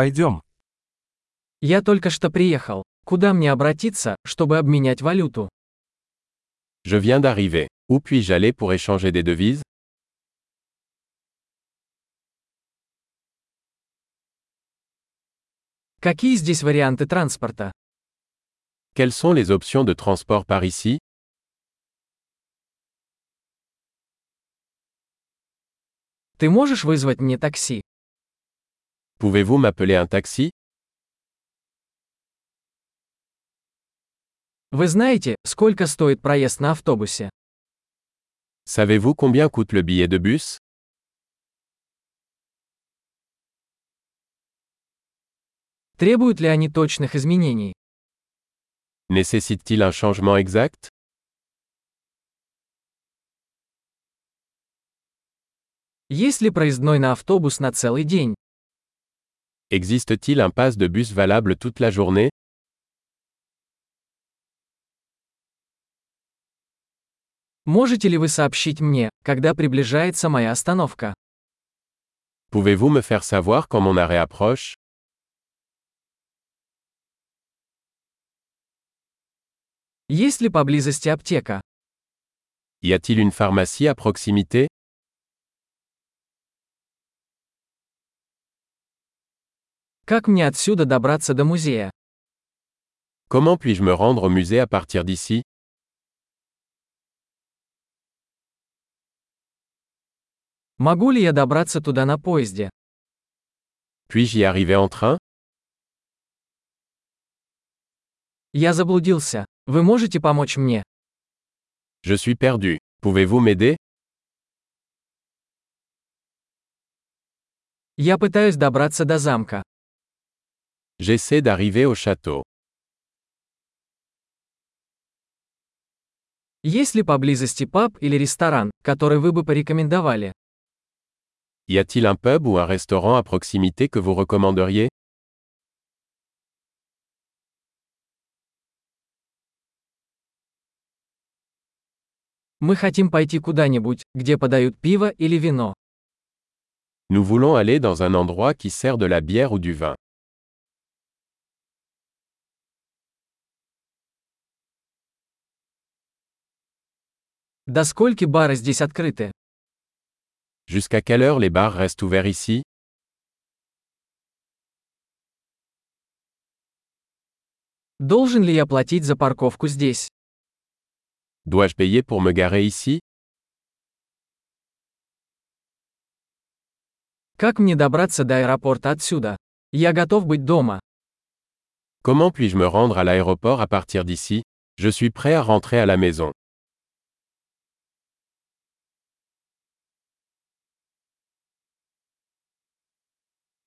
Пойдем. Я только что приехал. Куда мне обратиться, чтобы обменять валюту? Je viens d'arriver. Où puis-je aller pour échanger des devises Какие здесь варианты транспорта? Quelles sont les options de transport par ici Ты можешь вызвать мне такси? Pouvez-vous m'appeler un taxi Вы знаете, сколько стоит проезд на автобусе? Savez-vous combien coûte le billet de bus Требуют ли они точных изменений? Nécessite-t-il un changement exact Есть ли проездной на автобус на целый день? Existe-t-il un pass de bus valable toute la journée Можете ли вы сообщить мне, когда приближается моя остановка? Pouvez-vous me faire savoir quand mon arrêt approche Есть ли поблизости аптека? Y a-t-il une pharmacie à proximité Как мне отсюда добраться до музея? Comment puis-je me rendre au musée à partir d'ici Могу ли я добраться туда на поезде? Puis-je y arriver en train Я заблудился. Вы можете помочь мне? Je suis perdu. Pouvez-vous m'aider Я пытаюсь добраться до замка. J'essaie d'arriver au château. Есть ли поблизости паб или ресторан, который вы бы порекомендовали? Y a-t-il un pub ou un restaurant à proximité que vous recommanderiez Мы хотим пойти куда-нибудь, где подают пиво или вино. Nous voulons aller dans un endroit qui sert de la bière ou du vin. До скольки бары здесь открыты? Jusqu'à quelle heure les bars restent ouverts ici Должен ли я платить за парковку здесь? Dois-je payer pour me garer ici Как мне добраться до аэропорта отсюда? Я готов быть дома. Comment puis-je me rendre à l'aéroport à partir d'ici Je suis prêt à rentrer à la maison.